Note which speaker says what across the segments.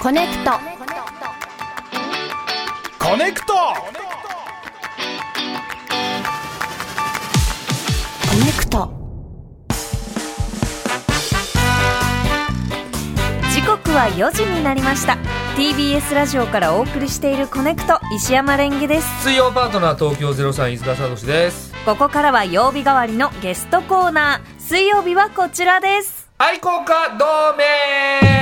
Speaker 1: コネクト
Speaker 2: コネクト
Speaker 1: コネクト
Speaker 3: 時刻は4時になりました TBS ラジオからお送りしている「コネクト」石山レンゲです
Speaker 4: 水曜パートナー東京ゼロ三飯塚聡です。
Speaker 3: ここからは曜日代わりのゲストコーナー水曜日はこちらです
Speaker 4: 愛好家同盟。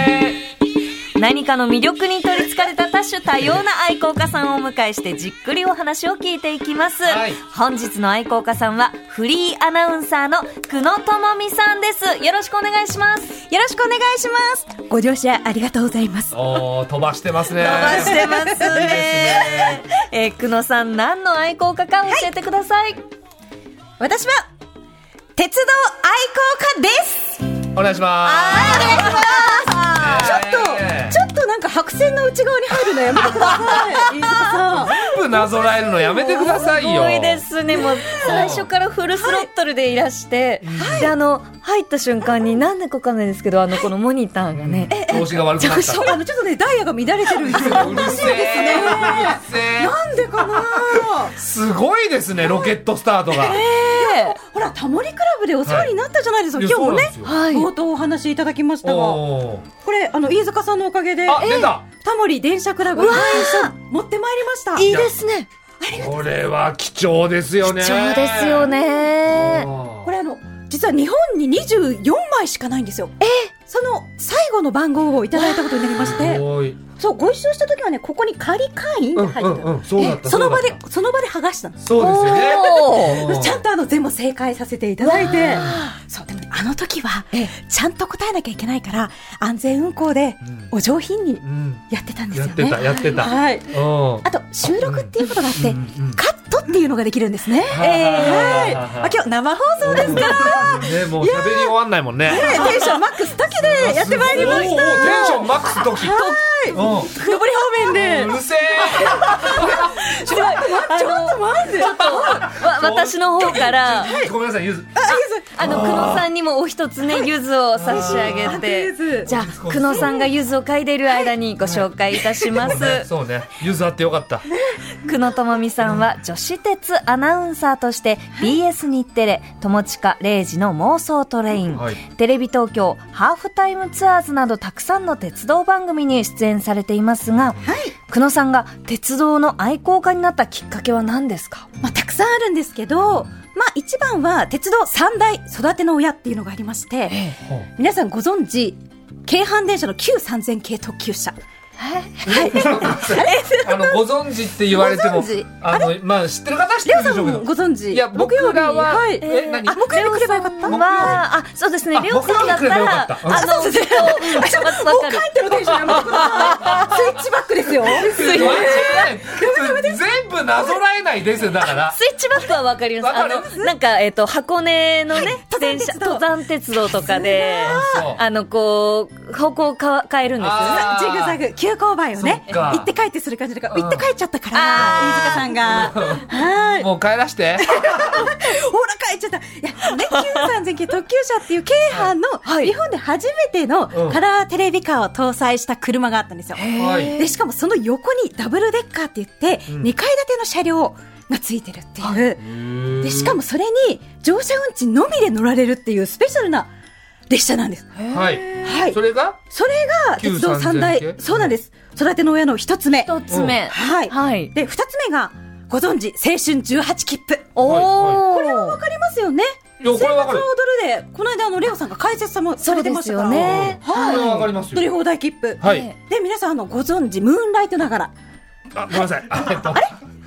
Speaker 3: 何かの魅力に取りつかれた多種多様な愛好家さんをお迎えしてじっくりお話を聞いていきます、
Speaker 4: はい
Speaker 3: 本日の愛好家さんはフリーアナウンサーの久野智美さんですよろしくお願いします
Speaker 5: よろしくお願いします。ご乗車ありがとうございます。
Speaker 4: おー飛ばしてますね。
Speaker 3: 飛ばしてますね、えー久野さん何の愛好家か教えてください
Speaker 5: 私は、鉄道愛好家です
Speaker 4: お願いしま
Speaker 5: ちょっ
Speaker 4: えー
Speaker 5: と、ちょっとなんか白線の内側に入るのやめてください。飯塚さん。
Speaker 4: す。全部なぞらえるのやめてください
Speaker 3: す
Speaker 4: よ。
Speaker 3: ごいですね。もう最初からフルスロットルでいらして、で、あの、入った瞬間に何だかわかんないですけど、あの、このモニターがね、
Speaker 4: 調子が悪くなった。
Speaker 5: そうあの、ちょっとね、ダイヤが乱れてるんですよ。
Speaker 4: うるせえ。うるせえ
Speaker 5: なんでかな
Speaker 4: すごいですねロケットスタートが。
Speaker 5: ほら、タモリクラブでお世話になったじゃないですか。
Speaker 4: いや
Speaker 5: 今日もね、
Speaker 4: そう
Speaker 3: はい。
Speaker 5: 冒頭お話しいただきましたが、こ
Speaker 4: おー
Speaker 5: れ、あの、飯塚さんのおかげで、
Speaker 4: あ出た。
Speaker 5: タモリ電車クラブの会社持ってまいりました。
Speaker 3: いいですね。
Speaker 4: これは貴重ですよね。
Speaker 3: 貴重ですよね。
Speaker 4: うん。
Speaker 5: これあの実は日本に24枚しかないんですよえその最後の番号をいただいたことになりまし
Speaker 4: す
Speaker 5: て
Speaker 4: ごい。
Speaker 5: そうご一緒した時はねここに仮会員
Speaker 4: う
Speaker 5: が
Speaker 4: ん
Speaker 5: 入って
Speaker 4: う
Speaker 5: た、
Speaker 4: んうんそうだった。
Speaker 5: その場
Speaker 4: う
Speaker 5: で
Speaker 4: だった
Speaker 5: その場で剥がしたの
Speaker 4: そうですよね。おー
Speaker 5: ちゃんとあの全部正解させていただいてそうでもねあの時はちゃんと答えなきゃいけないから安全運行で
Speaker 4: うん
Speaker 5: お上品に
Speaker 4: うん
Speaker 5: やってたんです
Speaker 4: や
Speaker 5: よ
Speaker 4: ってた
Speaker 5: ね
Speaker 4: やってた。
Speaker 5: はい
Speaker 4: うん。
Speaker 5: あと収録っていうことがあって
Speaker 4: うんうん
Speaker 5: カットっていうのができるんですね
Speaker 4: はい
Speaker 5: はいあ今日生放送ですから
Speaker 4: ね、もう喋り終わんないもんね。
Speaker 5: テンションマックスだけでやって まいりま
Speaker 4: お
Speaker 5: し
Speaker 4: ーお
Speaker 5: た。
Speaker 4: ーテンションマックス時。う
Speaker 5: 上り方面で
Speaker 4: ん。うるせえ。
Speaker 3: ちょっと
Speaker 5: 待って。
Speaker 3: わ私の方 から、
Speaker 4: ごめんなさい、ゆず。
Speaker 3: あの、久野さんにもお一つね、ゆずを差し上げて。じゃあ、久野さんがゆずを嗅いでいる間にご紹介いたしま
Speaker 4: そうね
Speaker 3: す。
Speaker 4: そうね、ゆずあってよかった。
Speaker 3: 久野智美さんは女子鉄アナウンサーとして BS 日テレ「友近0時の妄想トレイン」
Speaker 4: はい
Speaker 3: テレビ東京ハーフタイムツアーズなどたくさんの鉄道番組に出演されていますが、久野さんが鉄道の愛好家になったきっかけは何ですか
Speaker 5: まあ、たくさんあるんですけど、まあ、一番は鉄道三大育ての親っていうのがありまして、皆さんご存知、京阪電車の旧3000系特急車。
Speaker 4: あの、ご存知って言われて
Speaker 5: ご
Speaker 4: も
Speaker 5: 存知、
Speaker 4: あの、まあ、知ってる方は知って
Speaker 5: レ
Speaker 4: る
Speaker 5: オさ
Speaker 4: でし
Speaker 5: ん
Speaker 4: ょうけ
Speaker 5: も
Speaker 4: ど。
Speaker 5: ご存知
Speaker 4: いや、僕
Speaker 5: 木曜日
Speaker 4: らは、
Speaker 5: はい
Speaker 4: え、何
Speaker 5: あ、木曜日来ればよかっ
Speaker 3: レ
Speaker 5: た
Speaker 3: オさんはあそうですね
Speaker 4: あ
Speaker 3: レオさんだったら
Speaker 4: 僕
Speaker 3: あ
Speaker 4: ら
Speaker 3: のそう分かる
Speaker 5: 帰ってるテンションやめてくださ い。スイッチバックですよ。
Speaker 4: 間違いない全部なぞらえないですよ、だから。
Speaker 3: スイッチバックはわかります。あ
Speaker 4: わかる
Speaker 3: の、なんか、えっ、と、箱根のね、
Speaker 5: 登
Speaker 3: 電
Speaker 5: 山鉄
Speaker 3: 車、
Speaker 5: 道
Speaker 3: 登山鉄道とかで、
Speaker 4: そう
Speaker 3: あの、こう、方向をか変えるんですよね。
Speaker 4: あー
Speaker 5: ジグザグ、急勾配をね、
Speaker 4: そっか
Speaker 5: 行って帰ってする感じだから、
Speaker 4: うん
Speaker 5: 行って帰っちゃったから、
Speaker 3: あー
Speaker 5: 飯塚さんが。はい。
Speaker 4: もう帰らして。
Speaker 5: ほら帰っちゃった。いや、ね、9300系特急車っていう京阪の日本で初めての
Speaker 4: うん
Speaker 5: カラーテレビカーを搭載した車があったんですよ。
Speaker 4: はい。
Speaker 5: で、しかもその横にダブルデッカーって言って、
Speaker 4: うん
Speaker 5: 2階建ての車両がついてるっていう。で、しかもそれに乗車運賃のみで乗られるっていうスペシャルな列車なんです。
Speaker 4: はい。
Speaker 5: はい
Speaker 4: そ。れが
Speaker 5: それが鉄道三
Speaker 4: 9300系
Speaker 5: 大、そうなんです。育ての親の一つ目。
Speaker 3: 一つ目。
Speaker 5: はい。
Speaker 3: はい。
Speaker 5: で、二つ目が、ご存知、青春18切符。
Speaker 3: おー。これは
Speaker 5: わかりますよね。
Speaker 4: いやこれわかる
Speaker 5: 生活を踊るで、この間あのレオさんが解説さもさ
Speaker 3: そ
Speaker 5: れ
Speaker 3: う
Speaker 5: て
Speaker 3: で
Speaker 5: まし
Speaker 3: す
Speaker 5: たか
Speaker 3: よ
Speaker 5: ら。
Speaker 3: ね。
Speaker 4: これはわか
Speaker 5: はい。
Speaker 4: ります
Speaker 5: 乗り
Speaker 4: よ。
Speaker 5: 放題切符。
Speaker 4: はい。
Speaker 5: で、皆さんあのご存知、ムーンライトながら、
Speaker 4: あ、ごめんなさい。あえっと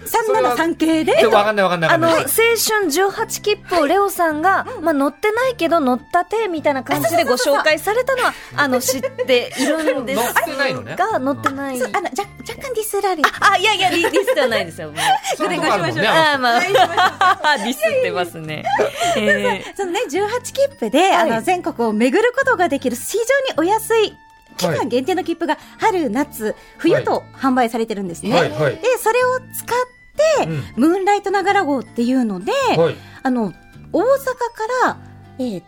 Speaker 4: それは
Speaker 5: 373系で
Speaker 4: ちょっ、とわかんないわかんない
Speaker 3: あ
Speaker 4: わかん
Speaker 3: の、
Speaker 4: な
Speaker 3: 青
Speaker 4: い
Speaker 3: 春。18切符をレオさんが、まあ、乗ってないけど乗ったて、みたいな感じでご紹介されたのは、あの、知っているんです
Speaker 4: 乗ってないのね
Speaker 3: が、乗ってない。
Speaker 5: そうあの、若若干ディスられて、
Speaker 3: あ、いやいや、リリスではないですよ。もう
Speaker 4: そういうとこあるもんね
Speaker 3: あーまあ、 ディスってますね。え
Speaker 5: そのね、18切符で、あ
Speaker 3: は
Speaker 5: の、
Speaker 3: い
Speaker 5: 全国を巡ることができる非常にお安い期
Speaker 4: はい
Speaker 5: 間限定の切符が春、夏、冬と販売されてるんですね。
Speaker 4: はいはい
Speaker 5: で、それを使っ
Speaker 4: う
Speaker 5: て、
Speaker 4: ん
Speaker 5: ムーンライトながら号っていうので、
Speaker 4: はい。
Speaker 5: あの、大阪から、えー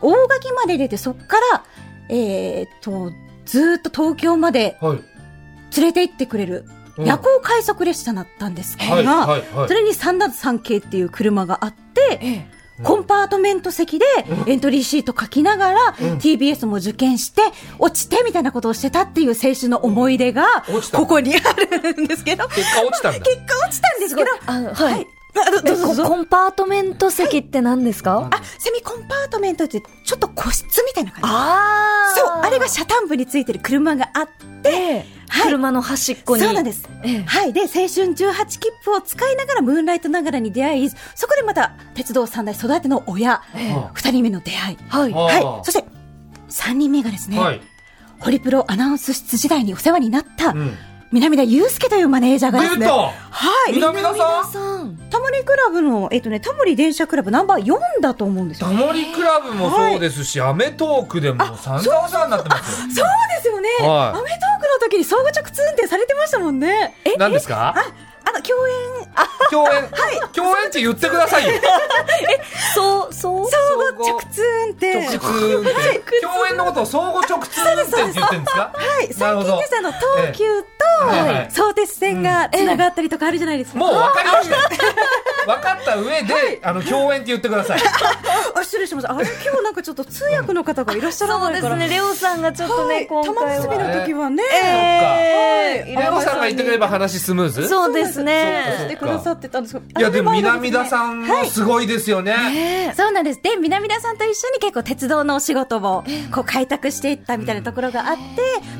Speaker 5: 大垣まで出て、そっから、えーっと、ずーっと東京まで
Speaker 4: はい。
Speaker 5: 連れて行ってくれる
Speaker 4: うん
Speaker 5: 夜行快速列車だったんですが、
Speaker 4: はいはいはい
Speaker 5: それに303系っていう車があって、コンパートメント席でエントリーシート書きながら、TBS も受験して落ちてみたいなことをしてたっていう青春の思い出が
Speaker 4: うん落ちた
Speaker 5: ここにあるんですけど
Speaker 4: 結果落ちたんだ
Speaker 5: 結果落ちたんですけど
Speaker 3: あのはい、
Speaker 5: あどどうぞどう
Speaker 3: え
Speaker 5: ぞ
Speaker 3: こコンパートメント席って何ですか、
Speaker 5: あセミコンパートメントってちょっと個室みたいな感じ
Speaker 3: あー
Speaker 5: そうあれが車端部についてる車があって、
Speaker 3: ええ
Speaker 5: はい
Speaker 3: 車の端っこに。
Speaker 5: そうなんです、
Speaker 3: ええ
Speaker 5: はいで青春18切符を使いながらムーンライトながらに出会いそこでまた鉄道三代育ての親、
Speaker 3: ええ
Speaker 5: 二人目の出会い
Speaker 3: はい。
Speaker 4: あ
Speaker 5: はいそして三人目がですね、
Speaker 4: はい。
Speaker 5: ホリプロアナウンス室時代にお世話になった、
Speaker 4: うん。
Speaker 5: 南田祐介というマネージャーがです
Speaker 4: 出
Speaker 5: ね
Speaker 4: た
Speaker 5: はい
Speaker 4: 南田さん
Speaker 3: さん。
Speaker 5: タモリクラブのえっ、とねタモリ電車クラブナンバー4だと思うんですよ
Speaker 4: タモリクラブもそうですし、アメトークでも散々お世話になってますよ。
Speaker 5: そうですよね、
Speaker 4: はい
Speaker 5: アメトークの時に総合直通運転されてましたもんねえ
Speaker 4: 何ですか
Speaker 5: あの共演あ
Speaker 4: 共演、共演って言ってくださいよ。
Speaker 3: そう、そう。
Speaker 5: 総合直通運転
Speaker 4: 直通運転。共演のことを相互直通運転って言ってるんですか
Speaker 5: はい、
Speaker 4: なる
Speaker 5: 最
Speaker 4: ほ
Speaker 5: 近
Speaker 4: ど
Speaker 5: で。すあの東急
Speaker 4: ええはい
Speaker 5: と相鉄線がつながったりとかあるじゃないですか。
Speaker 4: もう分かりましたよ。分かった上で、あの、共演って言ってください。
Speaker 5: あ失礼しました。あれ今日なんかちょっと通訳の方がいらっしゃら
Speaker 3: そう
Speaker 5: ない
Speaker 3: で
Speaker 5: か
Speaker 3: す
Speaker 5: ら。
Speaker 3: ね、レオさんがちょっと
Speaker 5: は
Speaker 3: ね、
Speaker 5: い、
Speaker 3: 今
Speaker 5: 玉
Speaker 3: 回
Speaker 5: 結び
Speaker 3: は。
Speaker 5: の時はね、
Speaker 3: え
Speaker 4: レオさんが言ってくれれば話スムーズ
Speaker 3: そうです
Speaker 5: し
Speaker 3: ね。
Speaker 5: てくださってたんですけど。
Speaker 4: いやでも南田
Speaker 5: ん。
Speaker 4: さんもすごいですよね、
Speaker 5: そうなんです。で、南田さんと一緒に結構鉄道のお仕事をこう開拓していったみたいなところがあって、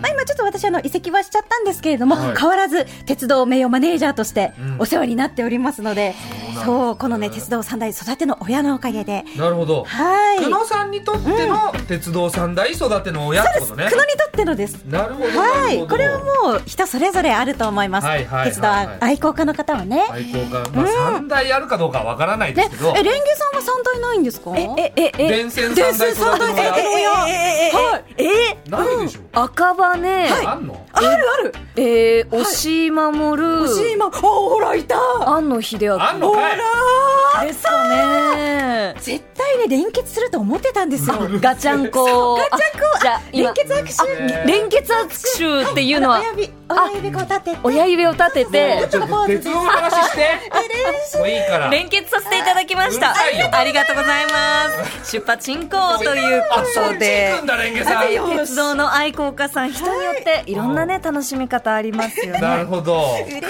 Speaker 5: まあ今ちょっと私あの移籍はしちゃったんですけれども、
Speaker 4: はい
Speaker 5: 変わらず鉄道名誉マネージャーとして
Speaker 4: うん
Speaker 5: お世話になっておりますので、
Speaker 4: す
Speaker 5: そう、このね、鉄道三代育ての親のおかげで、
Speaker 4: なるほど
Speaker 5: はい。
Speaker 4: 久野さんにとっての鉄道三大育ての親ってことね
Speaker 5: 久野にとってのです。
Speaker 4: なるほどな
Speaker 5: は
Speaker 4: るほ
Speaker 5: い、
Speaker 4: ど
Speaker 5: これはもう人それぞれあると思います。
Speaker 4: はいはいはいはい
Speaker 5: 鉄道愛好家の方はね。
Speaker 4: 愛好家まあ三大あるかどうかはわからないで
Speaker 5: ね
Speaker 4: すけど、
Speaker 5: え、レンゲさんは三代ないんですか？
Speaker 3: え、え、え、え、え、
Speaker 4: 電線三大育ての
Speaker 5: 電線三
Speaker 4: 親
Speaker 5: 大
Speaker 3: え、え、え、
Speaker 4: ないでしょ
Speaker 3: 赤羽、
Speaker 4: あんの
Speaker 5: あるある。
Speaker 3: えー、押し守る、
Speaker 5: 今、あ、ほらいた。
Speaker 3: 庵野秀明。
Speaker 4: あんのかい
Speaker 3: ですかね。
Speaker 5: 絶対ね連結すると思ってたんですよ。
Speaker 4: なる
Speaker 3: ガチャンコ。ガチャンコ。じゃあ、今
Speaker 5: 連結握手。
Speaker 4: ね
Speaker 3: 連結握手っていうのは、
Speaker 5: 親指、親指こう立てて。
Speaker 3: 親指を立てて、
Speaker 4: ちょっと鉄道の話してもういいから
Speaker 3: 連結させていただきました。
Speaker 4: うるさいよ
Speaker 3: ありがとうございます。出発進行というこ
Speaker 4: あそっ
Speaker 3: と
Speaker 4: ち
Speaker 3: で
Speaker 4: 行く。んだレンゲさん
Speaker 3: 鉄道の愛好家さん、人によっていろんなね、楽しみ方ありますよ
Speaker 4: な
Speaker 3: ね
Speaker 4: る。ほど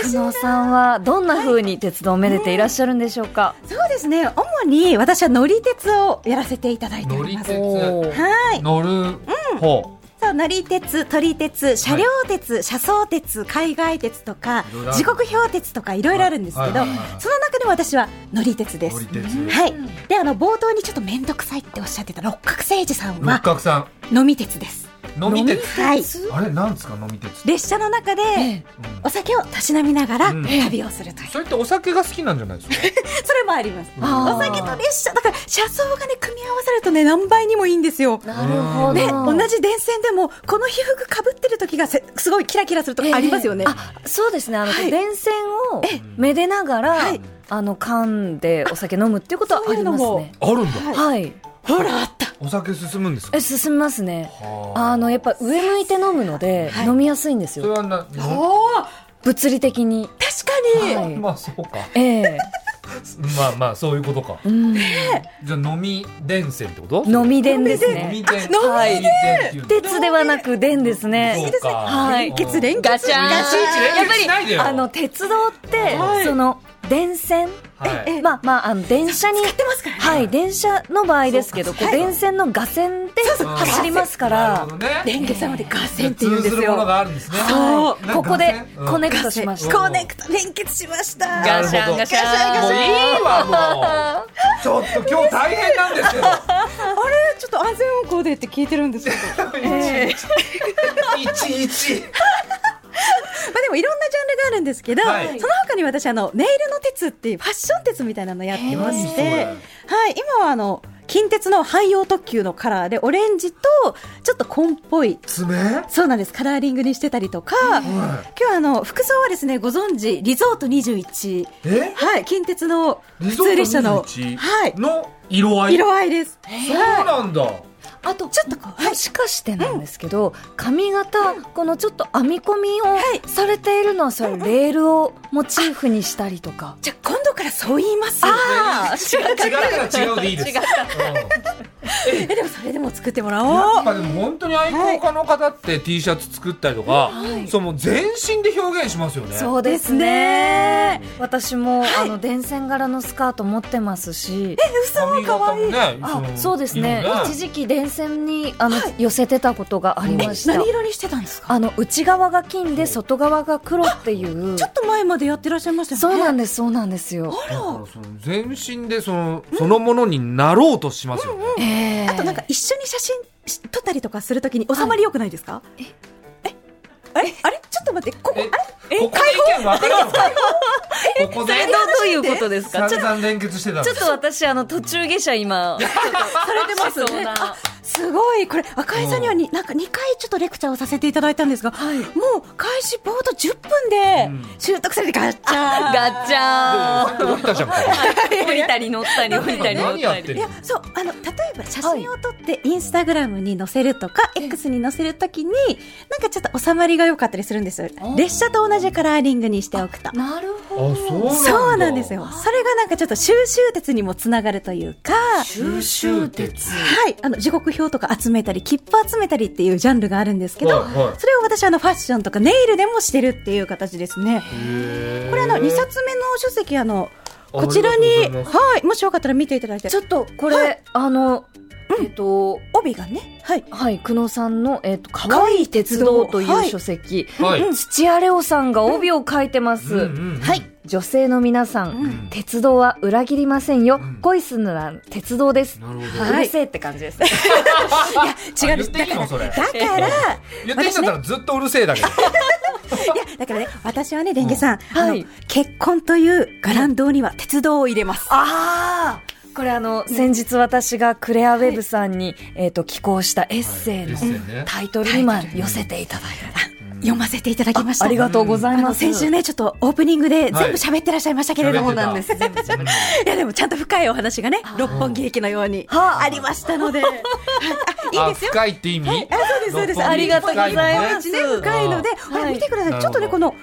Speaker 3: 久野さんはどんな風に鉄道をめでていらっしゃるんでしょうか。
Speaker 5: そうですね。主に私は乗り鉄をやらせていただいてお
Speaker 4: 乗
Speaker 5: り
Speaker 4: り
Speaker 5: ます。
Speaker 4: 鉄
Speaker 3: おー
Speaker 5: はい。
Speaker 4: 乗る方
Speaker 5: そう乗り鉄、撮り鉄、車両鉄、車窓鉄、海外鉄とか
Speaker 4: いろいろあ、る
Speaker 5: 時刻表鉄とかいろいろあるんですけ
Speaker 4: は
Speaker 5: ど、
Speaker 4: いはいはいはい
Speaker 5: その中でも私は乗り鉄で
Speaker 4: 乗
Speaker 5: す
Speaker 4: り。鉄
Speaker 5: はい。で、あの、冒頭にちょっと面倒くさいっておっしゃってた六角誠治さん
Speaker 4: 六
Speaker 5: は、
Speaker 4: 角さ
Speaker 5: 飲み鉄です。
Speaker 4: ん飲み鉄
Speaker 5: はい。
Speaker 4: あれなんですか飲み鉄って
Speaker 5: 列車の中で、
Speaker 4: うん
Speaker 5: お酒をたしなみながら
Speaker 4: うん
Speaker 5: 旅をするという。
Speaker 4: それってお酒が好きなんじゃないですか
Speaker 5: それもあります。
Speaker 3: あー
Speaker 5: お酒と列車、だから車窓がね、組み合わさるとね、何倍にもいいんですよ。
Speaker 3: なるほど。
Speaker 5: ね、同じ電線でも、この被服かぶってる時がせすごいキラキラすると
Speaker 3: ええ
Speaker 5: かありますよね。
Speaker 3: あそうですねあの、
Speaker 5: はい
Speaker 3: 電線をめでながら、
Speaker 5: はい
Speaker 3: あの噛んでお酒飲むっていうことはあります
Speaker 5: そういうのも
Speaker 3: ね
Speaker 4: あるんだ
Speaker 5: はい
Speaker 3: はい
Speaker 5: ほら、あった。
Speaker 4: お酒進むんですか
Speaker 3: え進みますね
Speaker 4: はあ
Speaker 3: あのやっぱ上向いて飲むので、
Speaker 5: はい
Speaker 3: 飲みやすいんです
Speaker 4: それ
Speaker 3: よ
Speaker 4: はなの
Speaker 5: おー
Speaker 3: 物理的に
Speaker 5: 確かに、
Speaker 3: ははい
Speaker 4: まあそうか
Speaker 3: ええ
Speaker 4: まあまあそういうことか
Speaker 3: うん
Speaker 4: じゃあ飲み電線ってこと
Speaker 3: 飲み電です
Speaker 4: 飲み
Speaker 3: ねあ
Speaker 4: 電
Speaker 3: 飲み
Speaker 4: 飲み電っていうの
Speaker 3: 鉄ではなく電です
Speaker 4: そう
Speaker 3: ね
Speaker 4: か
Speaker 3: はい
Speaker 5: 連結連結
Speaker 3: ガチャン
Speaker 4: いちいち連結しないでよ
Speaker 3: やっぱりあの鉄道って、
Speaker 4: はい
Speaker 3: その電線
Speaker 4: はい
Speaker 5: え
Speaker 3: まあまああの電車に
Speaker 5: 使ってますからね。
Speaker 3: はい、電車の場合ですけど、こう電線の架線で
Speaker 4: うん
Speaker 3: 走りますか
Speaker 4: な
Speaker 3: ら
Speaker 4: るほ、どね
Speaker 5: レンゲ様でガセンって
Speaker 4: 通
Speaker 5: 言うんで
Speaker 4: ず
Speaker 5: す
Speaker 4: るもの
Speaker 5: よ。
Speaker 4: があるんですね
Speaker 3: は
Speaker 4: なん
Speaker 3: い、
Speaker 4: か
Speaker 3: ここで
Speaker 4: うん
Speaker 3: コネク
Speaker 5: ガ
Speaker 3: トし
Speaker 5: セ
Speaker 3: まし
Speaker 5: コ
Speaker 3: た。
Speaker 5: ネクト連結しました。
Speaker 4: ガシャンガシもういいわもうちょっと今日大変なんですけど
Speaker 5: あれちょっと安全運行でって聞いてるんですけ どまあ
Speaker 4: いちいち
Speaker 5: でもいろんなジャンルがあるんですけど、
Speaker 4: はい
Speaker 5: その他に私あのネイルの鉄っていうファッション鉄みたいなのやってまして、
Speaker 4: へー
Speaker 5: はい今はあの近鉄の汎用特急のカラーでオレンジとちょっと紺っぽい
Speaker 4: 爪
Speaker 5: そうなんですカラーリングにしてたりとか、今日はあの服装はですねご存知リゾート21
Speaker 4: え
Speaker 5: はい近鉄の
Speaker 4: リ
Speaker 5: 普
Speaker 4: ゾート
Speaker 5: 通列車の
Speaker 4: 21
Speaker 5: はい
Speaker 4: の色合い
Speaker 5: 色合いです。
Speaker 4: そうなんだ
Speaker 3: あとちょっとこう、もしかしてなんですけど、髪型このちょっと編み込みをされているのはそれレールをモチーフにしたりとか
Speaker 5: じゃあ今度からそう言います
Speaker 3: あ
Speaker 4: 違う違う違うでい いです。
Speaker 5: えでもそれでも作ってもら
Speaker 4: や
Speaker 5: お
Speaker 4: っ
Speaker 5: う
Speaker 4: ぱでも本当に愛好家の方って T シャツ作ったりとか、その全身で表現しますよね。
Speaker 3: そうですね私も、あの電線柄のスカート持ってますし
Speaker 4: 髪型もね、
Speaker 3: あ
Speaker 4: の
Speaker 3: そうですね
Speaker 4: いいよ
Speaker 3: 一時期電線にあの、寄せてたことがありました
Speaker 5: 何色にしてたんですか
Speaker 3: あの内側が金で外側が黒っていう
Speaker 5: ちょっと前までやってらっしゃいましたよね
Speaker 3: そうなん
Speaker 5: だ
Speaker 3: ですそうなんですよ
Speaker 5: あら
Speaker 4: だからその全身でそのそのものになろうとしますよね。
Speaker 3: ええ
Speaker 5: あとなんか一緒に写真し撮ったりとかするときに収まりよくないですか、ええあれあれちょっと待ってここあれえ
Speaker 4: ここで意見分かれるのかよここで
Speaker 3: えどどういうことですかちょ
Speaker 4: 散々連結してたん
Speaker 3: ちょ
Speaker 4: で
Speaker 3: っ
Speaker 4: す
Speaker 3: と私あの途中下車今
Speaker 5: されてますよ
Speaker 3: そう
Speaker 5: ね
Speaker 3: な
Speaker 5: あすごいこれ赤井さんにはに、なんか2回ちょっとレクチャーをさせていただいたんですが、もう開始冒頭10分で習得されてガッチャー
Speaker 3: ガッチャ
Speaker 4: さっき降りたじゃんか。
Speaker 3: ーン降りたり乗ったり降りたり乗っ
Speaker 4: 何や
Speaker 3: た
Speaker 4: って
Speaker 3: り
Speaker 4: んの？
Speaker 5: そうあの例えば写真を撮ってインスタグラムに載せるとか、X に載せるときになんかちょっと収まりが良かったりするんですよ列車と同じカラーリングにしておくと
Speaker 3: なるほ
Speaker 4: あ、そうなんだ。
Speaker 5: そうなんですよそれがなんかちょっと収集鉄にもつながるというか
Speaker 3: 収集鉄
Speaker 5: はい、あの時刻表とか集めたり切符集めたりっていうジャンルがあるんですけど、
Speaker 4: はいはい
Speaker 5: それを私あのファッションとかネイルでもしてるっていう形ですね。
Speaker 4: へー。
Speaker 5: これあの2冊目の書籍あの
Speaker 4: あ
Speaker 5: こちら
Speaker 4: あり
Speaker 5: に
Speaker 4: がとうございます
Speaker 5: はいもしよかったら見ていただいて
Speaker 3: ちょっとこれあのえっと
Speaker 5: 帯がねはい
Speaker 3: はい久野さんのえっと可愛い鉄道という書籍
Speaker 4: はい
Speaker 3: うん土屋レオさんが帯を書いてます、
Speaker 4: はい。
Speaker 3: 女性の皆さん、鉄道は裏切りませんよ、恋するなら鉄道です
Speaker 4: なるほど。
Speaker 5: はい
Speaker 3: る
Speaker 5: う
Speaker 3: せえって感じです、
Speaker 4: あ
Speaker 5: 違うんで
Speaker 4: 言っ
Speaker 5: す
Speaker 4: て
Speaker 5: だ
Speaker 4: いい
Speaker 5: か
Speaker 4: の
Speaker 5: ら
Speaker 4: それ
Speaker 5: だ から
Speaker 4: 言ってきちゃったらずっとうるせえだけど。
Speaker 5: いやだからね私はねレンゲさ
Speaker 3: う
Speaker 5: ん、
Speaker 3: ん
Speaker 5: あの
Speaker 3: はい
Speaker 5: 結婚というガランドには鉄道を入れます。
Speaker 3: ああこれあの、先日私がクレアウェブさんに、えっ、と、寄稿したエッセイ
Speaker 4: エッ
Speaker 3: の
Speaker 4: セイね
Speaker 3: タイトルに今寄せていただい
Speaker 5: 読ませていただきました。
Speaker 3: た。ありがとうござい
Speaker 5: あ
Speaker 3: ま
Speaker 5: の
Speaker 3: す。
Speaker 5: 先週ね、ちょっとオープニングで全部喋ってらっしゃいましたけれども、
Speaker 4: はい
Speaker 5: なんです。全部喋っていや、でもちゃんと深いお話がね、六本木駅のように
Speaker 3: はあ
Speaker 5: ありましたので、はいあいいです
Speaker 4: あ
Speaker 5: よ。
Speaker 4: 深いって意味？
Speaker 5: あそうです、そうで
Speaker 4: 六
Speaker 5: す。
Speaker 4: 本木
Speaker 3: ありがとうございま
Speaker 5: ね、深いので、
Speaker 3: あ
Speaker 5: ほら、見てくださ。
Speaker 4: はいい
Speaker 5: ちょっとね、この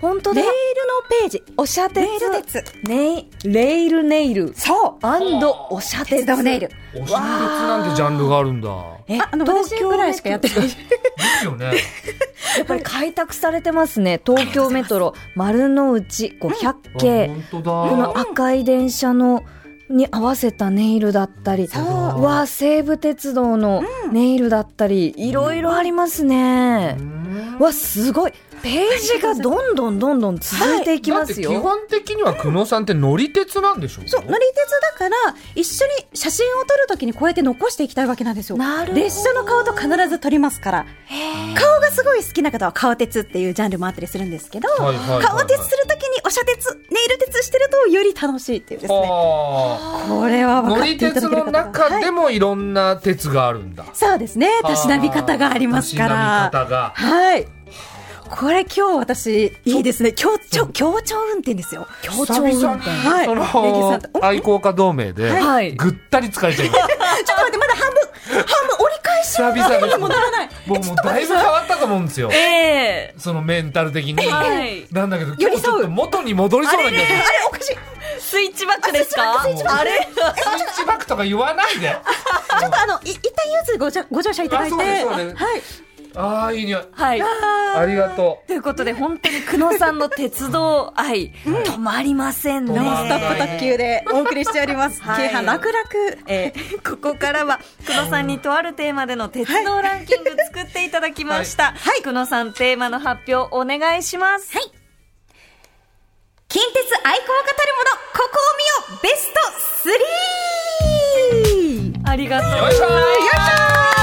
Speaker 3: 本当
Speaker 5: レ
Speaker 3: だ
Speaker 5: ール。のページ、おしゃ鉄。レール鉄。
Speaker 3: ネイ、レイルネイル。
Speaker 5: そう。
Speaker 3: アンド、おしゃ鉄。
Speaker 5: 鉄道ネイル。。
Speaker 4: おしゃれなんてジャンルがあるんだ。
Speaker 3: え
Speaker 5: ああの、東京ぐらいしかやってない。
Speaker 4: ですよね。
Speaker 3: やっぱり開拓されてますね。東京メトロ、丸の内500系。
Speaker 4: あ本当
Speaker 3: この
Speaker 4: だ。
Speaker 3: 赤い電車のに合わせたネイルだったり、
Speaker 5: そう
Speaker 3: うわあ西武鉄道のネイルだったり、いろいろありますね。
Speaker 4: うん
Speaker 3: わすごいページがどんどんどんどん続いていき
Speaker 4: だ
Speaker 3: ま
Speaker 4: って
Speaker 3: す
Speaker 4: 基
Speaker 3: よ。
Speaker 4: 本的には久野さんって乗り鉄なんでしょ
Speaker 5: そう、乗り鉄だから、一緒に写真を撮るときにこうやって残していきたいわけなんですよ。
Speaker 3: なるほど
Speaker 5: 列車の顔と必ず撮りますから。顔がすごい好きな方は顔鉄っていうジャンルもあったりするんですけど、
Speaker 4: はいはいはい
Speaker 5: 顔鉄するときにおしゃ鉄、ネイル鉄してるとより楽しいっていうですね。
Speaker 4: は
Speaker 5: これは
Speaker 4: あ
Speaker 5: 分
Speaker 4: 乗
Speaker 5: かっ
Speaker 4: り
Speaker 5: ていた
Speaker 4: 鉄
Speaker 5: だける
Speaker 4: の
Speaker 5: 方が
Speaker 4: 中
Speaker 5: はい
Speaker 4: でもいろんな鉄があるんだ。
Speaker 5: そうですね。たしなみ方があります
Speaker 4: た
Speaker 5: か
Speaker 4: しな
Speaker 5: ら。
Speaker 4: み方が。
Speaker 5: はい。これ今日私、いいですね。強調、強調運転ですよ。
Speaker 3: 協調運転。
Speaker 5: はい。
Speaker 4: そ
Speaker 5: レギさんと
Speaker 4: の愛好家同盟で
Speaker 3: はい
Speaker 4: ぐったり疲れちゃいました。
Speaker 5: ちょっと待って、まだ半分、半分折り返し
Speaker 4: 久々に
Speaker 5: にもならない。
Speaker 4: 僕もうだいぶ変わったと思うんですよ。
Speaker 3: ええ
Speaker 4: そのメンタル的に。
Speaker 3: はい
Speaker 4: なんだけど、
Speaker 5: 寄
Speaker 4: 今
Speaker 5: り
Speaker 4: 日ちょ
Speaker 5: 添
Speaker 4: っ
Speaker 5: う
Speaker 4: と元に戻りそうな気がする。
Speaker 5: あれおかしい。
Speaker 3: スイッチバックですか？あれ？
Speaker 4: スイッチバックとか言わないで。
Speaker 5: ちょっとあの、い一旦ゆずごじゃご乗車いただいて。
Speaker 4: あそうですそうです
Speaker 5: はい。
Speaker 4: ああ、いい匂い。
Speaker 3: はい。
Speaker 4: ありがと
Speaker 3: ということで本当に久野さんの鉄道愛止まりませんね。
Speaker 4: 止まらな
Speaker 5: ス
Speaker 4: い
Speaker 5: タッフ卓球でお送りしております。
Speaker 3: はい
Speaker 5: 京阪楽々。
Speaker 3: えー ここからは久野さんにとあるテーマでの鉄道ランキング作っていただきました、久野さんテーマの発表お願いします、はい、
Speaker 5: 近鉄愛好家たるもの、ここを見よベスト 3!
Speaker 3: ありがとう
Speaker 4: う。よいしょー
Speaker 5: あ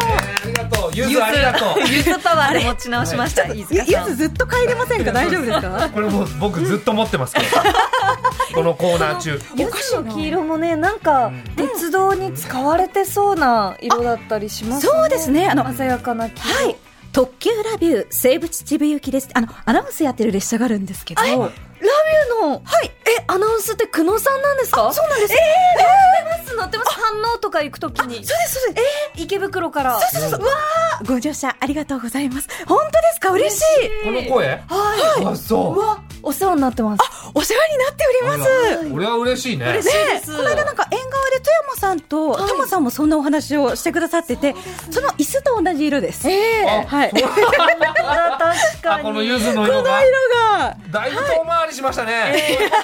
Speaker 4: えーありがとう。ゆずありがとう。
Speaker 3: ゆずパワーで持ち直しました飯塚
Speaker 5: ゆ
Speaker 3: さ
Speaker 5: ず
Speaker 3: ん
Speaker 5: ずっと嗅いでませんか大丈夫ですか
Speaker 4: これもう僕ずっと持ってますけど。このコーナー中。
Speaker 3: ゆずの黄色もねなんか鉄道に使われてそうな色だったりしますね
Speaker 5: そうですねあの
Speaker 3: 鮮やかな黄色
Speaker 5: はい。特急ラビュー、西武秩父行きです。あの、アナウンスやってる列車があるんですけど。
Speaker 3: えラビューのはいえアナウンスって久野さんなんですかそうなんですえー、乗ってます反応とか行くときに
Speaker 5: そうですそうです
Speaker 3: え池袋から
Speaker 5: そうそうそううわーご乗車ありがとうございます本当ですか嬉しい
Speaker 4: この声
Speaker 3: は
Speaker 4: あ
Speaker 3: い、う
Speaker 4: そ
Speaker 3: わお世話になってます
Speaker 5: お世話になっており
Speaker 4: う
Speaker 5: ます
Speaker 4: あら俺は嬉しいね
Speaker 3: 嬉しいで
Speaker 5: ね、
Speaker 3: す
Speaker 5: この間なんか縁側で富山さんと、
Speaker 3: い
Speaker 5: 富山さんもそんなお話をしてくださってて、その椅子と同じ色です。
Speaker 3: ええ
Speaker 5: はい。この色
Speaker 3: あ確か
Speaker 4: あ
Speaker 3: に
Speaker 4: このゆずの色が
Speaker 5: が、
Speaker 4: だいぶ遠回りしましたね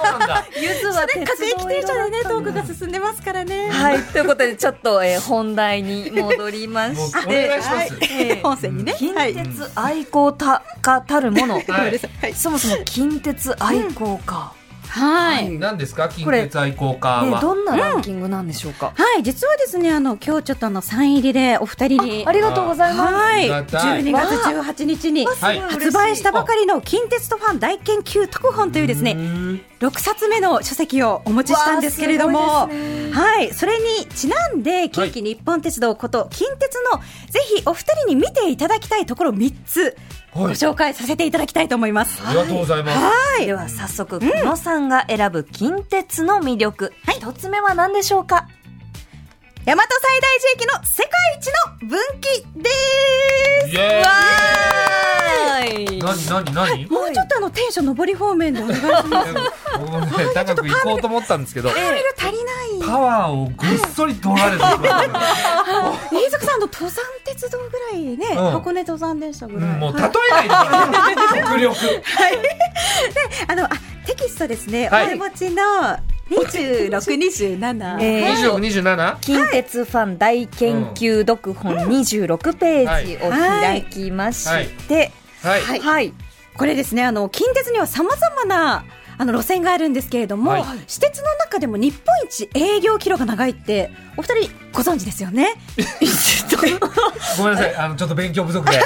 Speaker 4: そうなんだ
Speaker 3: ゆずは鉄
Speaker 5: 家庭
Speaker 3: 道
Speaker 5: 規定
Speaker 3: 色
Speaker 5: 者
Speaker 3: だっ
Speaker 5: でね、
Speaker 3: た
Speaker 5: ト
Speaker 3: ん
Speaker 5: ー
Speaker 3: だ
Speaker 5: クが進んでますからね。
Speaker 3: はいということでちょっと、えー本題に戻りま
Speaker 4: もう
Speaker 3: し
Speaker 4: お願い
Speaker 3: て
Speaker 4: します
Speaker 3: えー
Speaker 5: 本線にね。
Speaker 3: 近
Speaker 5: はい。
Speaker 3: 鉄愛好たかたるもの、
Speaker 5: ごめんなさいはい。
Speaker 3: そもそも近鉄愛好か、
Speaker 5: はい。
Speaker 4: 何ですか近
Speaker 3: これ
Speaker 4: 鉄愛好家
Speaker 3: ね
Speaker 4: は
Speaker 3: どんなランキングなんでしょうか、
Speaker 5: はい、実はですね、あの、今日ちょっとあの、サイン入りでお二人に、
Speaker 3: ありがとうございます
Speaker 5: はい。
Speaker 4: ありがたい
Speaker 5: 12月18日に、
Speaker 4: はい
Speaker 3: わあすごい嬉
Speaker 5: 発売した
Speaker 3: い
Speaker 5: ばかりの近鉄とファン大研究特本というですね、6冊目の書籍をお持ちしたんですけれども、
Speaker 3: わあすごいですね
Speaker 5: はい、それにちなんで、近畿日本鉄道こと、近鉄の、ぜひお二人に見ていただきたいところ3つ、ご
Speaker 4: はい
Speaker 5: 紹介させていただきたいと思います。
Speaker 4: ありがとうございます
Speaker 3: では早速久野さんが選ぶ近鉄の魅力一、つ目は何でしょうか
Speaker 5: 大和西大寺駅の世界一の分岐です
Speaker 4: イエ
Speaker 3: はい
Speaker 4: ーイ何何 何
Speaker 5: もうちょっとあの、テンション上り方面でお願いします。パ
Speaker 4: 僕もね高く行こうと思ったんですけど
Speaker 5: ネル足りない。
Speaker 4: パワーをぐっそり取られてしまった
Speaker 5: 飯塚さんの登山鉄道ぐらいね、
Speaker 4: ん
Speaker 5: 箱根登山電車ぐ
Speaker 4: う
Speaker 5: らい。
Speaker 4: んもう例
Speaker 5: はい
Speaker 4: えないでから迫力
Speaker 5: あの、あ、テキストですね、
Speaker 4: はい
Speaker 5: お手持ちの26、27。
Speaker 3: えー
Speaker 4: 26、27?
Speaker 3: 近鉄ファン大研究読本26ページを開きまして、
Speaker 4: はい
Speaker 3: はい、
Speaker 5: これですね、あの近鉄にはさまざまなあの路線があるんですけれども、
Speaker 4: はい
Speaker 5: 私鉄の中でも日本一営業キロが長いって、お二人ご存知ですよね。
Speaker 4: ごめんなさいあのちょっと勉強不足で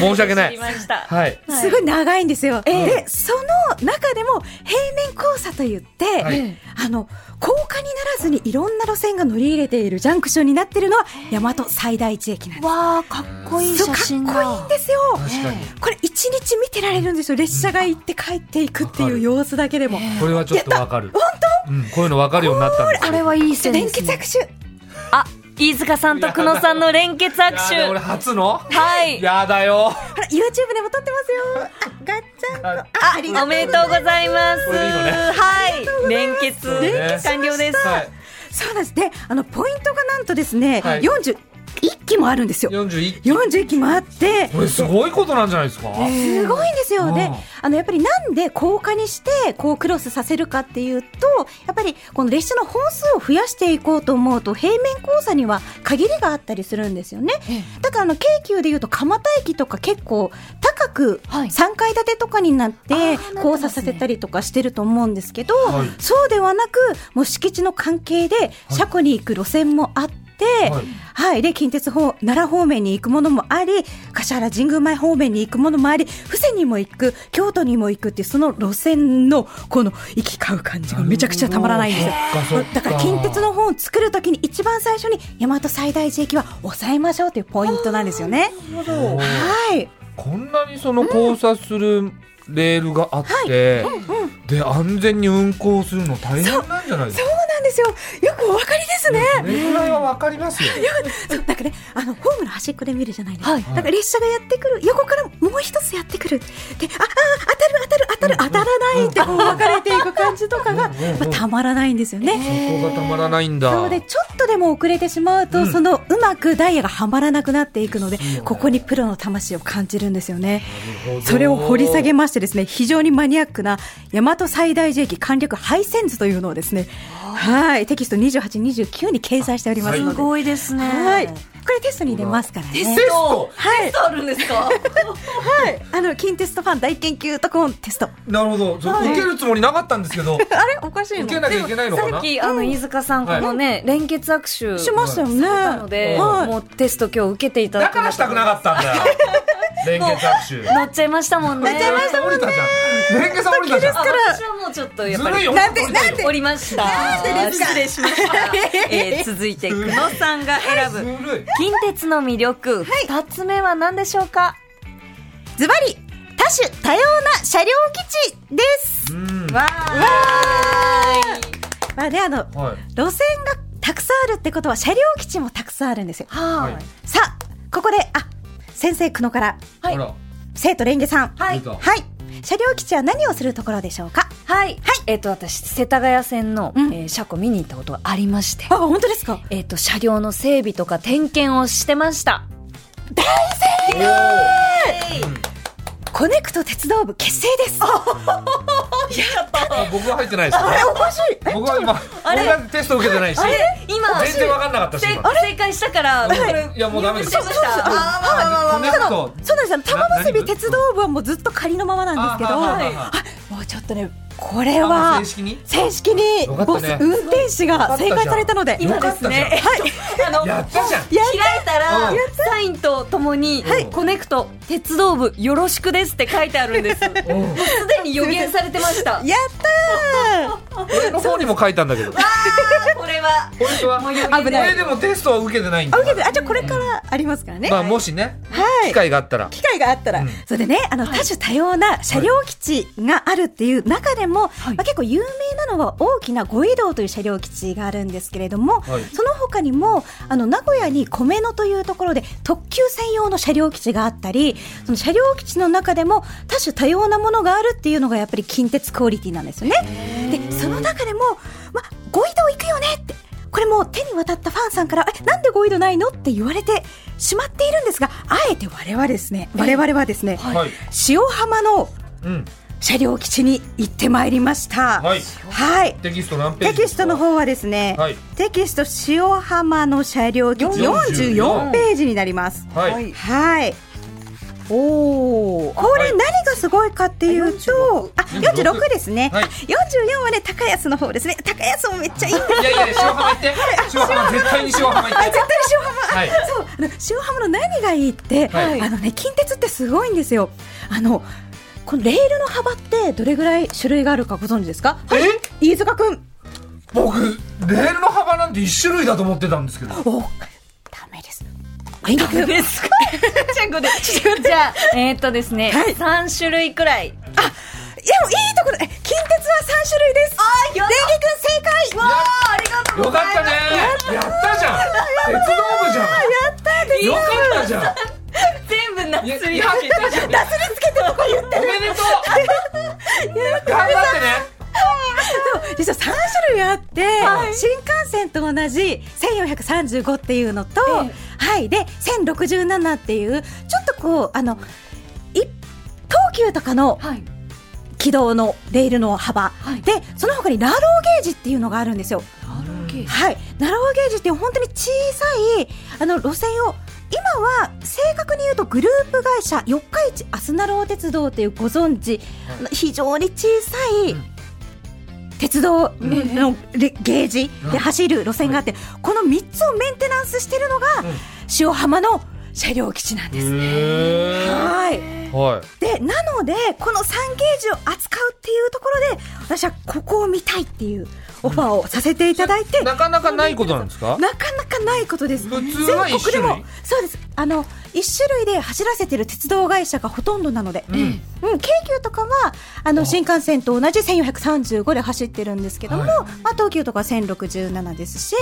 Speaker 4: 申し訳ないはい
Speaker 3: はい
Speaker 5: すごい長いんですよ。
Speaker 4: ええ
Speaker 5: で、その中でも平面交差といって、
Speaker 4: はい
Speaker 5: あの高架にならずにいろんな路線が乗り入れているジャンクションになっているのは大和西大寺駅なんで
Speaker 3: わあかっこいい
Speaker 5: す。
Speaker 3: 写真だ
Speaker 5: そうかっこいいんですよ。
Speaker 4: 確かに
Speaker 5: これ一日見てられるんですよ。列車が行って帰っていくっていう様子だけでも。
Speaker 4: これはちょっとわかる本当うんこういうのわかるようになったんです
Speaker 3: これはいい線で
Speaker 5: 連
Speaker 3: す
Speaker 5: 結
Speaker 3: ね
Speaker 5: 握手。
Speaker 3: あ飯塚さんと久野さんの連結握
Speaker 4: いやだ俺
Speaker 3: 手
Speaker 4: 初の
Speaker 3: はい
Speaker 4: やだよ
Speaker 5: ほら YouTube でも撮ってますよ。あガッチャン
Speaker 4: あ
Speaker 5: ああり
Speaker 3: おめでとうございます
Speaker 4: これでいいのね
Speaker 3: はい連結
Speaker 4: そうね
Speaker 3: 完了です
Speaker 4: はい
Speaker 5: そうなんですね。あのポイントがなんとですね、
Speaker 4: はい
Speaker 5: 41機もあるんですよ。
Speaker 4: 41
Speaker 5: 41機もあって。
Speaker 4: これすごいことなんじゃないですか
Speaker 5: すごいんですよね、
Speaker 4: うん
Speaker 5: あのやっぱりなんで高架にしてこうクロスさせるかっていうとやっぱりこの列車の本数を増やしていこうと思うと平面交差には限りがあったりするんですよねだからあの京急でいうと蒲田駅とか結構高く
Speaker 3: はい
Speaker 5: 3階建てとかになって
Speaker 3: あーなってますね
Speaker 5: 交差させたりとかしてると思うんですけど、
Speaker 4: はい
Speaker 5: そうではなくもう敷地の関係で車庫に行く路線もあって。
Speaker 4: はい
Speaker 5: はい。で、近鉄方、奈良方面に行くものもあり、柏原神宮前方面に行くものもあり、布施にも行く、京都にも行くっていう、その路線の、この、行き交う感じがめちゃくちゃたまらないんですよ。
Speaker 4: そっかそっか
Speaker 5: だから近鉄の本を作るときに一番最初に大和西大寺駅は抑えましょうというポイントなんですよね。
Speaker 4: おー
Speaker 5: はい。
Speaker 4: こんなにその交差するレールがあって、で安全に運行するの大変なんじゃないです
Speaker 5: そ
Speaker 4: か
Speaker 5: うなんですよ。よくお分かりですね。
Speaker 4: それぐらいはわかりますよ
Speaker 5: そうなんかね、あの、ホームの端っこで見るじゃないですか。
Speaker 3: はい
Speaker 5: なんか列車がやってくる、横からもう一つやってくる。で、あ、あ、当たる、当たる、当たる、当たらないってこう分かれていく感じとかが、
Speaker 4: うんうんうん
Speaker 5: まあたまらないんですよね。
Speaker 4: そこがたまらないんだ
Speaker 5: なので、ちょっとでも遅れてしまうと、そのうまくダイヤがはまらなくなっていくので、ここにプロの魂を感じるんですよね。それを掘り下げ
Speaker 4: ま
Speaker 5: ましてですね、非常にマニアックな大和西大寺駅簡略配線図というのをですね、はい、テキスト28、29に掲載しておりますの
Speaker 3: す
Speaker 5: で。
Speaker 3: ごいですね
Speaker 5: はい。これテストに出ますから
Speaker 3: テ
Speaker 5: ね。
Speaker 3: スト
Speaker 5: はい
Speaker 3: テストあるんですか
Speaker 5: はい。あの、近テストファン大研究特本テスト。
Speaker 4: なるほどそう受けるつもりなかったんですけど
Speaker 5: あれおかしい
Speaker 4: 受け
Speaker 5: の
Speaker 4: なきゃいけないのか
Speaker 3: さ
Speaker 4: な
Speaker 3: っきあの飯塚さんこ
Speaker 4: はい
Speaker 3: のね連結握手
Speaker 5: しましたよね。
Speaker 3: なので
Speaker 5: はい
Speaker 3: もうテスト今日受けていただ
Speaker 4: だ
Speaker 3: く
Speaker 4: からしたくなかったんだよ連結握手
Speaker 3: 乗っちゃいましたもんね
Speaker 4: 連結さん降りたじゃん連結さん降りたじゃん
Speaker 3: あ私はもうちょっとやっぱ
Speaker 4: ずるい
Speaker 3: り
Speaker 4: よ
Speaker 5: なんでなんで
Speaker 3: 降りました失礼しました、えー続いて久野さんが選
Speaker 4: ず
Speaker 3: ぶ
Speaker 4: るい
Speaker 3: 近鉄の魅力二つ目は何でしょうか
Speaker 5: ズバリ、多種多様な車両基地です。
Speaker 4: うん
Speaker 3: わーい
Speaker 5: まあね、あの、
Speaker 4: はい
Speaker 5: 路線がたくさんあるってことは車両基地もたくさんあるんですよ。
Speaker 4: はい
Speaker 3: はい
Speaker 5: さあここであ先生久野から
Speaker 3: はい
Speaker 4: あら
Speaker 5: 生徒レンゲさん
Speaker 3: はい
Speaker 4: 出た
Speaker 5: はい車両基地は何をするところでしょうか
Speaker 3: はい、えっ、と私世田谷線の、
Speaker 5: うん
Speaker 3: えー車庫見に行ったことがありまして、
Speaker 5: あ本当ですか
Speaker 3: えっ、と車両の整備とか点検をしてました。
Speaker 5: コネクト鉄道部結成です
Speaker 4: あ僕は入ってないですあれおかしい僕は今僕はテスト受けてないし
Speaker 3: 今
Speaker 4: 全然わかんなかったし
Speaker 3: 正
Speaker 4: 今
Speaker 3: 正解したから、
Speaker 4: はい
Speaker 3: これ
Speaker 4: いやもうダメです
Speaker 3: 入部してましたあ
Speaker 4: コネクト
Speaker 5: そうなんですよ玉結
Speaker 4: な何
Speaker 5: び
Speaker 4: 部
Speaker 5: 鉄道部はもうずっと仮のままなんですけど
Speaker 4: あはいはいはい
Speaker 5: あもうちょっとねこ
Speaker 4: あ
Speaker 5: れ
Speaker 4: もう
Speaker 5: は
Speaker 4: 正式に
Speaker 5: 正式に
Speaker 4: よか
Speaker 5: ボ
Speaker 4: っ
Speaker 5: ス
Speaker 4: たね
Speaker 5: 運転士が正解されたので
Speaker 4: よ
Speaker 5: 今
Speaker 4: か
Speaker 5: で
Speaker 4: っ
Speaker 5: す
Speaker 4: たじゃん
Speaker 5: ねはい
Speaker 3: あの
Speaker 4: やったじゃん
Speaker 5: や
Speaker 3: 開いたら
Speaker 4: うん
Speaker 3: サインとともに、
Speaker 4: はい
Speaker 3: コネクト鉄道部よろしくですって書いてあるんですもう
Speaker 4: うん
Speaker 3: すでに予言されてました
Speaker 5: やっ
Speaker 4: 俺の方にも書いたんだけど
Speaker 3: これは
Speaker 4: 俺は
Speaker 5: 危ない
Speaker 4: 俺でもテストは受けてないんだ
Speaker 5: たーあ受けてあじゃあこれからありますからね
Speaker 4: まあもしね
Speaker 5: はい
Speaker 4: 機会があったら
Speaker 5: 機会があったら、
Speaker 4: うん
Speaker 5: それでねあの多種多様な車両基地があるっていう中でも、
Speaker 3: い
Speaker 5: まあ、結構有名なのは大きな五井道という車両基地があるんですけれども、
Speaker 4: はい
Speaker 5: その他にもあの名古屋に米野というところで特急専用の車両基地があったりその車両基地の中でも多種多様なものがあるっていうのがやっぱり近鉄クオリティなんですよね。でその中でも、まあ、五井道行くよねってこれもう手に渡ったファンさんから「えなんで五井道ないの?」って言われてしまっているんですがあえて我々ですね我々はですね、
Speaker 4: はい
Speaker 5: 塩浜の
Speaker 4: うん
Speaker 5: 車両基地に行ってまいりました。
Speaker 4: はい
Speaker 5: はい
Speaker 4: テキスト何ペー
Speaker 5: テ
Speaker 4: ジ
Speaker 5: キストの方はですね、
Speaker 4: はい
Speaker 5: テキスト塩浜の車両基地
Speaker 4: 44
Speaker 5: 44ページになります。
Speaker 4: はい
Speaker 5: はい。おお、これ何がすごいかっていうと、あ、46ですね。
Speaker 4: はい
Speaker 5: あ44はね高安の方ですね。高安もめっちゃいいんだ。
Speaker 4: いやいや塩浜行って塩浜絶対に塩浜行っ
Speaker 5: あ、絶
Speaker 4: て
Speaker 5: 対塩浜。
Speaker 4: はい
Speaker 5: そうあの塩浜の何がいいって、
Speaker 4: はい
Speaker 5: あのね近鉄ってすごいんですよあのこのレールの幅ってどれぐらい種類があるかご存知ですかはい飯塚君
Speaker 4: 僕レールの幅なんて一種類だと思ってたんですけど
Speaker 5: おダメです飯塚君
Speaker 3: ですかじゃあこれじゃあえーっとですね、
Speaker 5: はい
Speaker 3: 三3種類くらい
Speaker 5: いやもういいところえ近鉄は3種類ですあーよ君正解わあありがと
Speaker 4: よかったねやったじゃん鉄道部じゃん
Speaker 5: やったで
Speaker 4: よかったじゃん
Speaker 3: 全部な
Speaker 4: ややったじゃん
Speaker 5: ダスにつけてここ言って
Speaker 4: お
Speaker 5: る
Speaker 4: めでとう頑張ってね
Speaker 5: そう実は3種類あって、新幹線と同じ1435っていうのと、
Speaker 3: え
Speaker 5: はいで1067っていうちょっとこうあのい東急とかの
Speaker 3: はい
Speaker 5: 軌道のレールの幅、
Speaker 3: はい
Speaker 5: でその他にラローゲージっていうのがあるんですよ。はい、ナローゲージって本当に小さいあの路線を今は正確に言うとグループ会社四日市アスナロー鉄道というご存知、あの非常に小さい、
Speaker 4: うん
Speaker 5: 鉄道のレゲージ
Speaker 4: うん
Speaker 5: で走る路線があって、この3つをメンテナンスしてるのが、塩浜の車両基地なんです。
Speaker 4: へ
Speaker 5: はい
Speaker 4: えは
Speaker 5: でなのでこの3ゲージを扱うっていうところで私はここを見たいっていうオファーをさせていただいて、
Speaker 4: いなかなかないことなんですか
Speaker 5: なかなかないことです。
Speaker 4: 普通は一種類
Speaker 5: 全国でもそうです。あの一種類で走らせてる鉄道会社がほとんどなので、うん、
Speaker 4: ん
Speaker 5: 京急とかはあの新幹線と同じ1435で走ってるんですけども、
Speaker 4: はい
Speaker 5: まあ東急とかは1067ですし、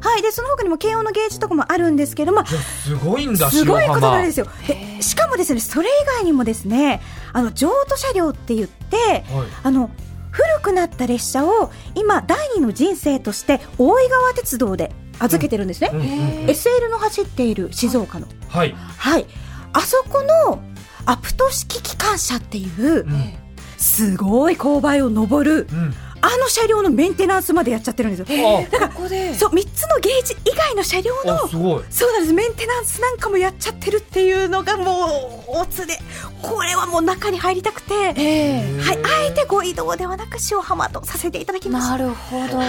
Speaker 5: はいでその他にも京王のゲージとかもあるんですけども、
Speaker 4: すごいんだ
Speaker 5: すごいことなんですすよ。でしかもですね、それ以外にもですね、あの譲渡車両って言って、
Speaker 4: はい
Speaker 5: あの古くなった列車を今第二の人生として大井川鉄道で預けてるんですね。
Speaker 4: うんうん
Speaker 5: SL の走っている静岡の、
Speaker 4: はい
Speaker 5: はい、あそこのアプト式機関車っていう
Speaker 4: うん
Speaker 5: すごい勾配を上る
Speaker 4: うん
Speaker 5: あの車両のメンテナンスまでやっちゃってるんですよ。
Speaker 4: あ
Speaker 3: ここで
Speaker 5: そう3つのゲージ以外の車両
Speaker 4: あ
Speaker 5: の
Speaker 4: すごい
Speaker 5: そうなんですメンテナンスなんかもやっちゃってるっていうのがもうおつでこれはもう中に入りたくて、
Speaker 3: え
Speaker 5: はい、あえてご移動ではなく塩浜とさせていただき
Speaker 3: え
Speaker 5: ました。
Speaker 3: なるほど
Speaker 5: は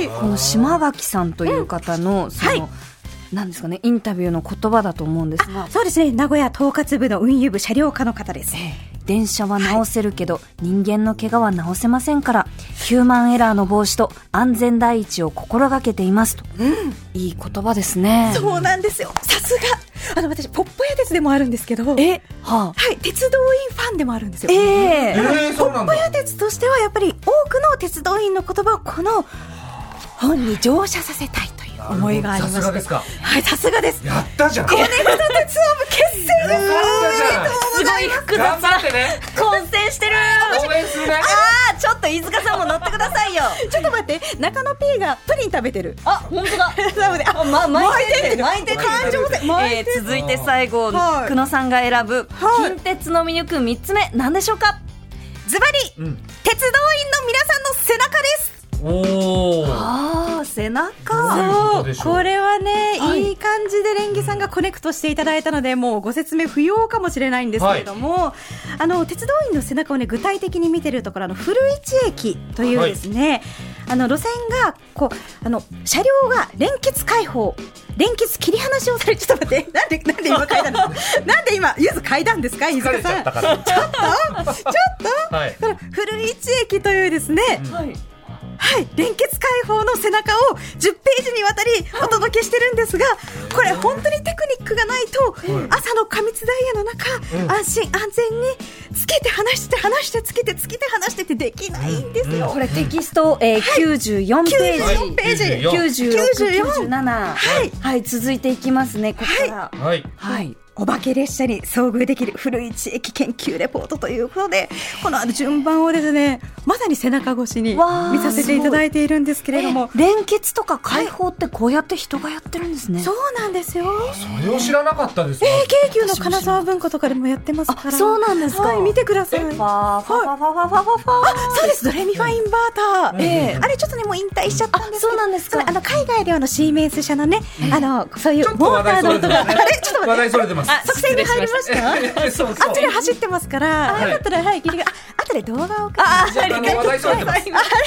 Speaker 5: い
Speaker 3: この島垣さんという方の、その、
Speaker 5: はい
Speaker 3: なんですかねインタビューの言葉だと思うんですが
Speaker 5: そうですね名古屋統括部の運輸部車両課の方です。
Speaker 3: 電車は直せるけど、人間の怪我は直せませんからヒューマンエラーの防止と安全第一を心がけていますと、いい言葉ですね
Speaker 5: そうなんですよ。さすが。あの、私、ポッポ屋鉄でもあるんですけど、はい、
Speaker 3: えはあ
Speaker 5: 鉄道員ファンでもあるんですよ。
Speaker 4: え
Speaker 3: ええ
Speaker 4: ーそうなんだ
Speaker 5: ポッポ屋鉄としては、やっぱり多くの鉄道員の言葉をこの本に乗車させたいと思いがありまして
Speaker 4: さすがですか
Speaker 5: はいさすがです
Speaker 4: やったじゃん
Speaker 5: コネクトとツアー部結成
Speaker 4: やった
Speaker 3: すごい複
Speaker 4: じゃん頑
Speaker 3: 雑な
Speaker 4: 張ってね
Speaker 3: 混戦してる
Speaker 4: 応援するね
Speaker 3: あーちょっと飯塚さんも乗ってくださいよ
Speaker 5: ちょっと待って中野 P がプリン食べてる
Speaker 3: あ本当だ
Speaker 5: なのであ
Speaker 3: ま、巻いてって巻いてって
Speaker 4: 巻いてって
Speaker 5: 巻
Speaker 3: えー続いて最後、
Speaker 5: はい
Speaker 3: 久野さんが選ぶ
Speaker 5: はい
Speaker 3: 近鉄の魅力3つ目何でしょうか
Speaker 5: ズバリ
Speaker 4: うん
Speaker 5: 鉄道員の皆さんの背中です
Speaker 4: おお
Speaker 3: あー背
Speaker 4: どういう
Speaker 3: 中
Speaker 4: ことでしょう
Speaker 5: これはね、
Speaker 3: はい
Speaker 5: い、い感じでレンゲさんがコネクトしていただいたのでもうご説明不要かもしれないんですけれども、あの鉄道員の背中をね具体的に見てるところあの古市駅というですね、あの路線がこうあの車両が連結開放連結切り離しをされちょっと待って なんでなんで今階段なんで今ゆず階段ですかゆず
Speaker 4: 疲れち
Speaker 5: さ
Speaker 4: ゃ
Speaker 5: ん
Speaker 4: ったからちょっとはい
Speaker 5: だから古市駅というですね、
Speaker 3: はい
Speaker 5: はい、連結開放の背中を10ページにわたりお届けしてるんですが、これ本当にテクニックがないと
Speaker 4: うん、
Speaker 5: 朝の過密ダイヤの中、
Speaker 4: うん
Speaker 5: 安心安全に、つけて話して話してつけてつけて話してってできないんですよ。
Speaker 3: これテキスト、えー94ペ
Speaker 5: 94
Speaker 3: ー
Speaker 5: ページ。
Speaker 4: はい
Speaker 3: ジ9697はいはい続いていきますねここから
Speaker 4: はい
Speaker 3: はい
Speaker 5: お化け列車に遭遇できる古市駅研究レポートということで、このあの順番をですね、まさに背中越しに見
Speaker 3: わあ
Speaker 5: させていただいているんですけれども、
Speaker 3: 連結とか開放ってこうやって人がやってるんですね
Speaker 5: そうなんですよ。
Speaker 4: それを知らなかったですね
Speaker 5: 京急の金沢文庫とかでもやってますから。
Speaker 3: あそうなんですか
Speaker 5: はい、見てください。
Speaker 3: ファーファファファファファファ
Speaker 5: あそうです、ドレミファインバーター。
Speaker 4: ええ
Speaker 5: あれちょっとね、もう引退しちゃったんですけど
Speaker 3: あそうなんですか
Speaker 5: あの、海外ではあの、シーメンス社のね、あの、そういう、モーターの音が、あれちょっと
Speaker 4: 話
Speaker 5: 待っ
Speaker 4: 題
Speaker 5: て、
Speaker 4: それてます
Speaker 3: あ
Speaker 5: 作戦に入りましたあ
Speaker 4: えそうそう
Speaker 5: っちで走ってますから、
Speaker 4: はい
Speaker 5: よかったら、はい、聞いてくだあ、後で動画を送る
Speaker 3: あ
Speaker 4: じゃああの話題それてます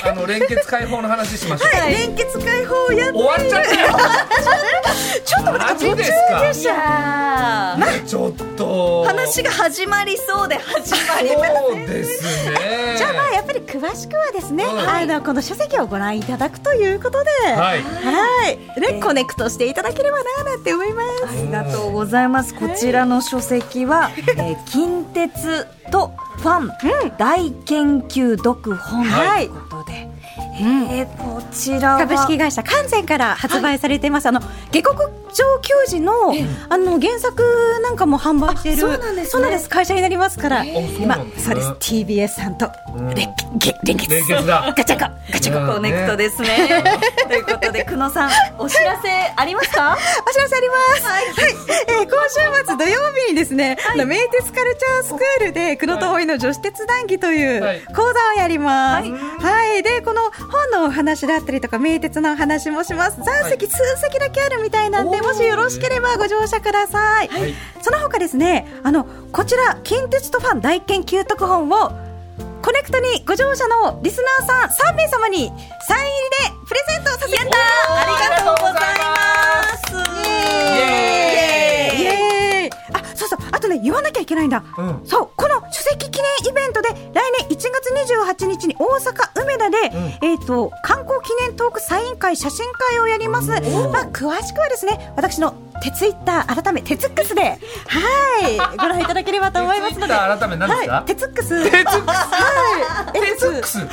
Speaker 3: あ
Speaker 4: あの連結解放の話しましょう
Speaker 5: はい、連結開放やっ
Speaker 4: 終わっちゃったよ
Speaker 5: ちょっと待って、
Speaker 4: マジですか
Speaker 5: で
Speaker 3: い
Speaker 5: し
Speaker 3: やー
Speaker 4: ちょっと
Speaker 3: 話が始まりそうで始まり
Speaker 4: そうですね
Speaker 5: じゃあまあやっぱり詳しくはですね、
Speaker 4: は
Speaker 5: あのこの書籍をご覧いただくということで、はいいね、コネクトしていただければななんて思います。
Speaker 3: ありがとうございます。こちらの書籍は、えー近鉄とファン、大研究読本と
Speaker 5: はい
Speaker 3: いうことで、えーこちらは
Speaker 5: 株式会社関西から発売されてます、あの下克上球児のあの原作なんかも販売している
Speaker 3: あそうなんですね
Speaker 5: そうなんです会社になりますから、
Speaker 4: ー
Speaker 5: 今
Speaker 4: あそうなんです
Speaker 5: そう
Speaker 4: ね
Speaker 5: です TBS さんと
Speaker 4: うん
Speaker 5: 連結連結
Speaker 4: 連結だ
Speaker 5: ガチャガガチャガ
Speaker 4: うん
Speaker 3: コネクトです ね。ということで久野さんお知らせありますか？
Speaker 5: お知らせあります。はい、えー今週末土曜日にですね、あの名鉄カルチャースクールで久野とおいの女子鉄談義という
Speaker 4: はい
Speaker 5: 講座をやります。はい、でこの本のお話だったりとか名鉄のお話もします。残席、数席だけあるみたいなんで、
Speaker 4: おー
Speaker 5: もしよろしければご乗車ください。
Speaker 4: はい
Speaker 5: その他ですね、あのこちら近鉄とファン大研究特本をコネクトにご乗車のリスナーさん3名様にサイン入りでプレゼントさせていただきます。
Speaker 3: ありがとうございます。
Speaker 4: エ
Speaker 5: イエーイあそうそうあとね言わなきゃいけないんだ、
Speaker 4: うん
Speaker 5: そうこの書籍記念イベントで来年1月28日に大阪梅田で、えっ、と観光記念トークサイン会写真会をやりますまあ詳しくはですね私のテツイッター改めテツックスではいご覧いただければと思いますので
Speaker 4: Twitter 改め何ですか
Speaker 5: はい、テツックス
Speaker 4: 鉄ックス
Speaker 5: はい X
Speaker 4: ックスツイッ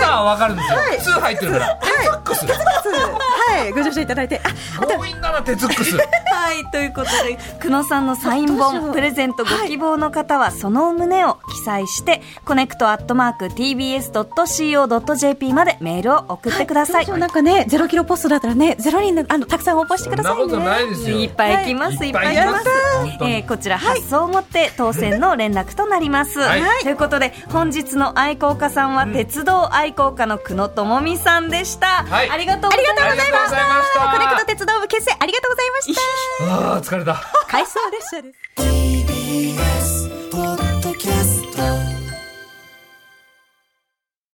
Speaker 4: ターはわかるんですよ。ツー入ってるから。鉄ックス。
Speaker 5: はいご乗車いただいてああと
Speaker 4: 強引だな鉄ックス。
Speaker 3: はい、ということで、久野さんのサイン
Speaker 5: どうしよ
Speaker 3: 本、
Speaker 5: う
Speaker 3: プレゼントご希望の方は、その旨を記載して、コネクトアットマーク tbs.co.jp までメールを送ってください。
Speaker 5: なんかねゼロキロポストだったらねゼロ人のあのたくさん応募してくださいね
Speaker 4: そんなことないですよ
Speaker 3: いっぱい来ます、
Speaker 4: はい
Speaker 3: いっぱい来ます
Speaker 4: いっぱい来ます。
Speaker 3: えーこちら発送をもって当選の連絡となります。
Speaker 4: はい
Speaker 3: ということで、本日の愛好家さんは、鉄道愛好家の久野智美さんでした。
Speaker 4: はい
Speaker 3: ありがとうございました。
Speaker 4: ありがとうございました
Speaker 5: コネクト鉄道部結成ありがとうございました。
Speaker 4: ああ疲れた。
Speaker 5: 回送列車です。
Speaker 1: TBS ポッドキャスト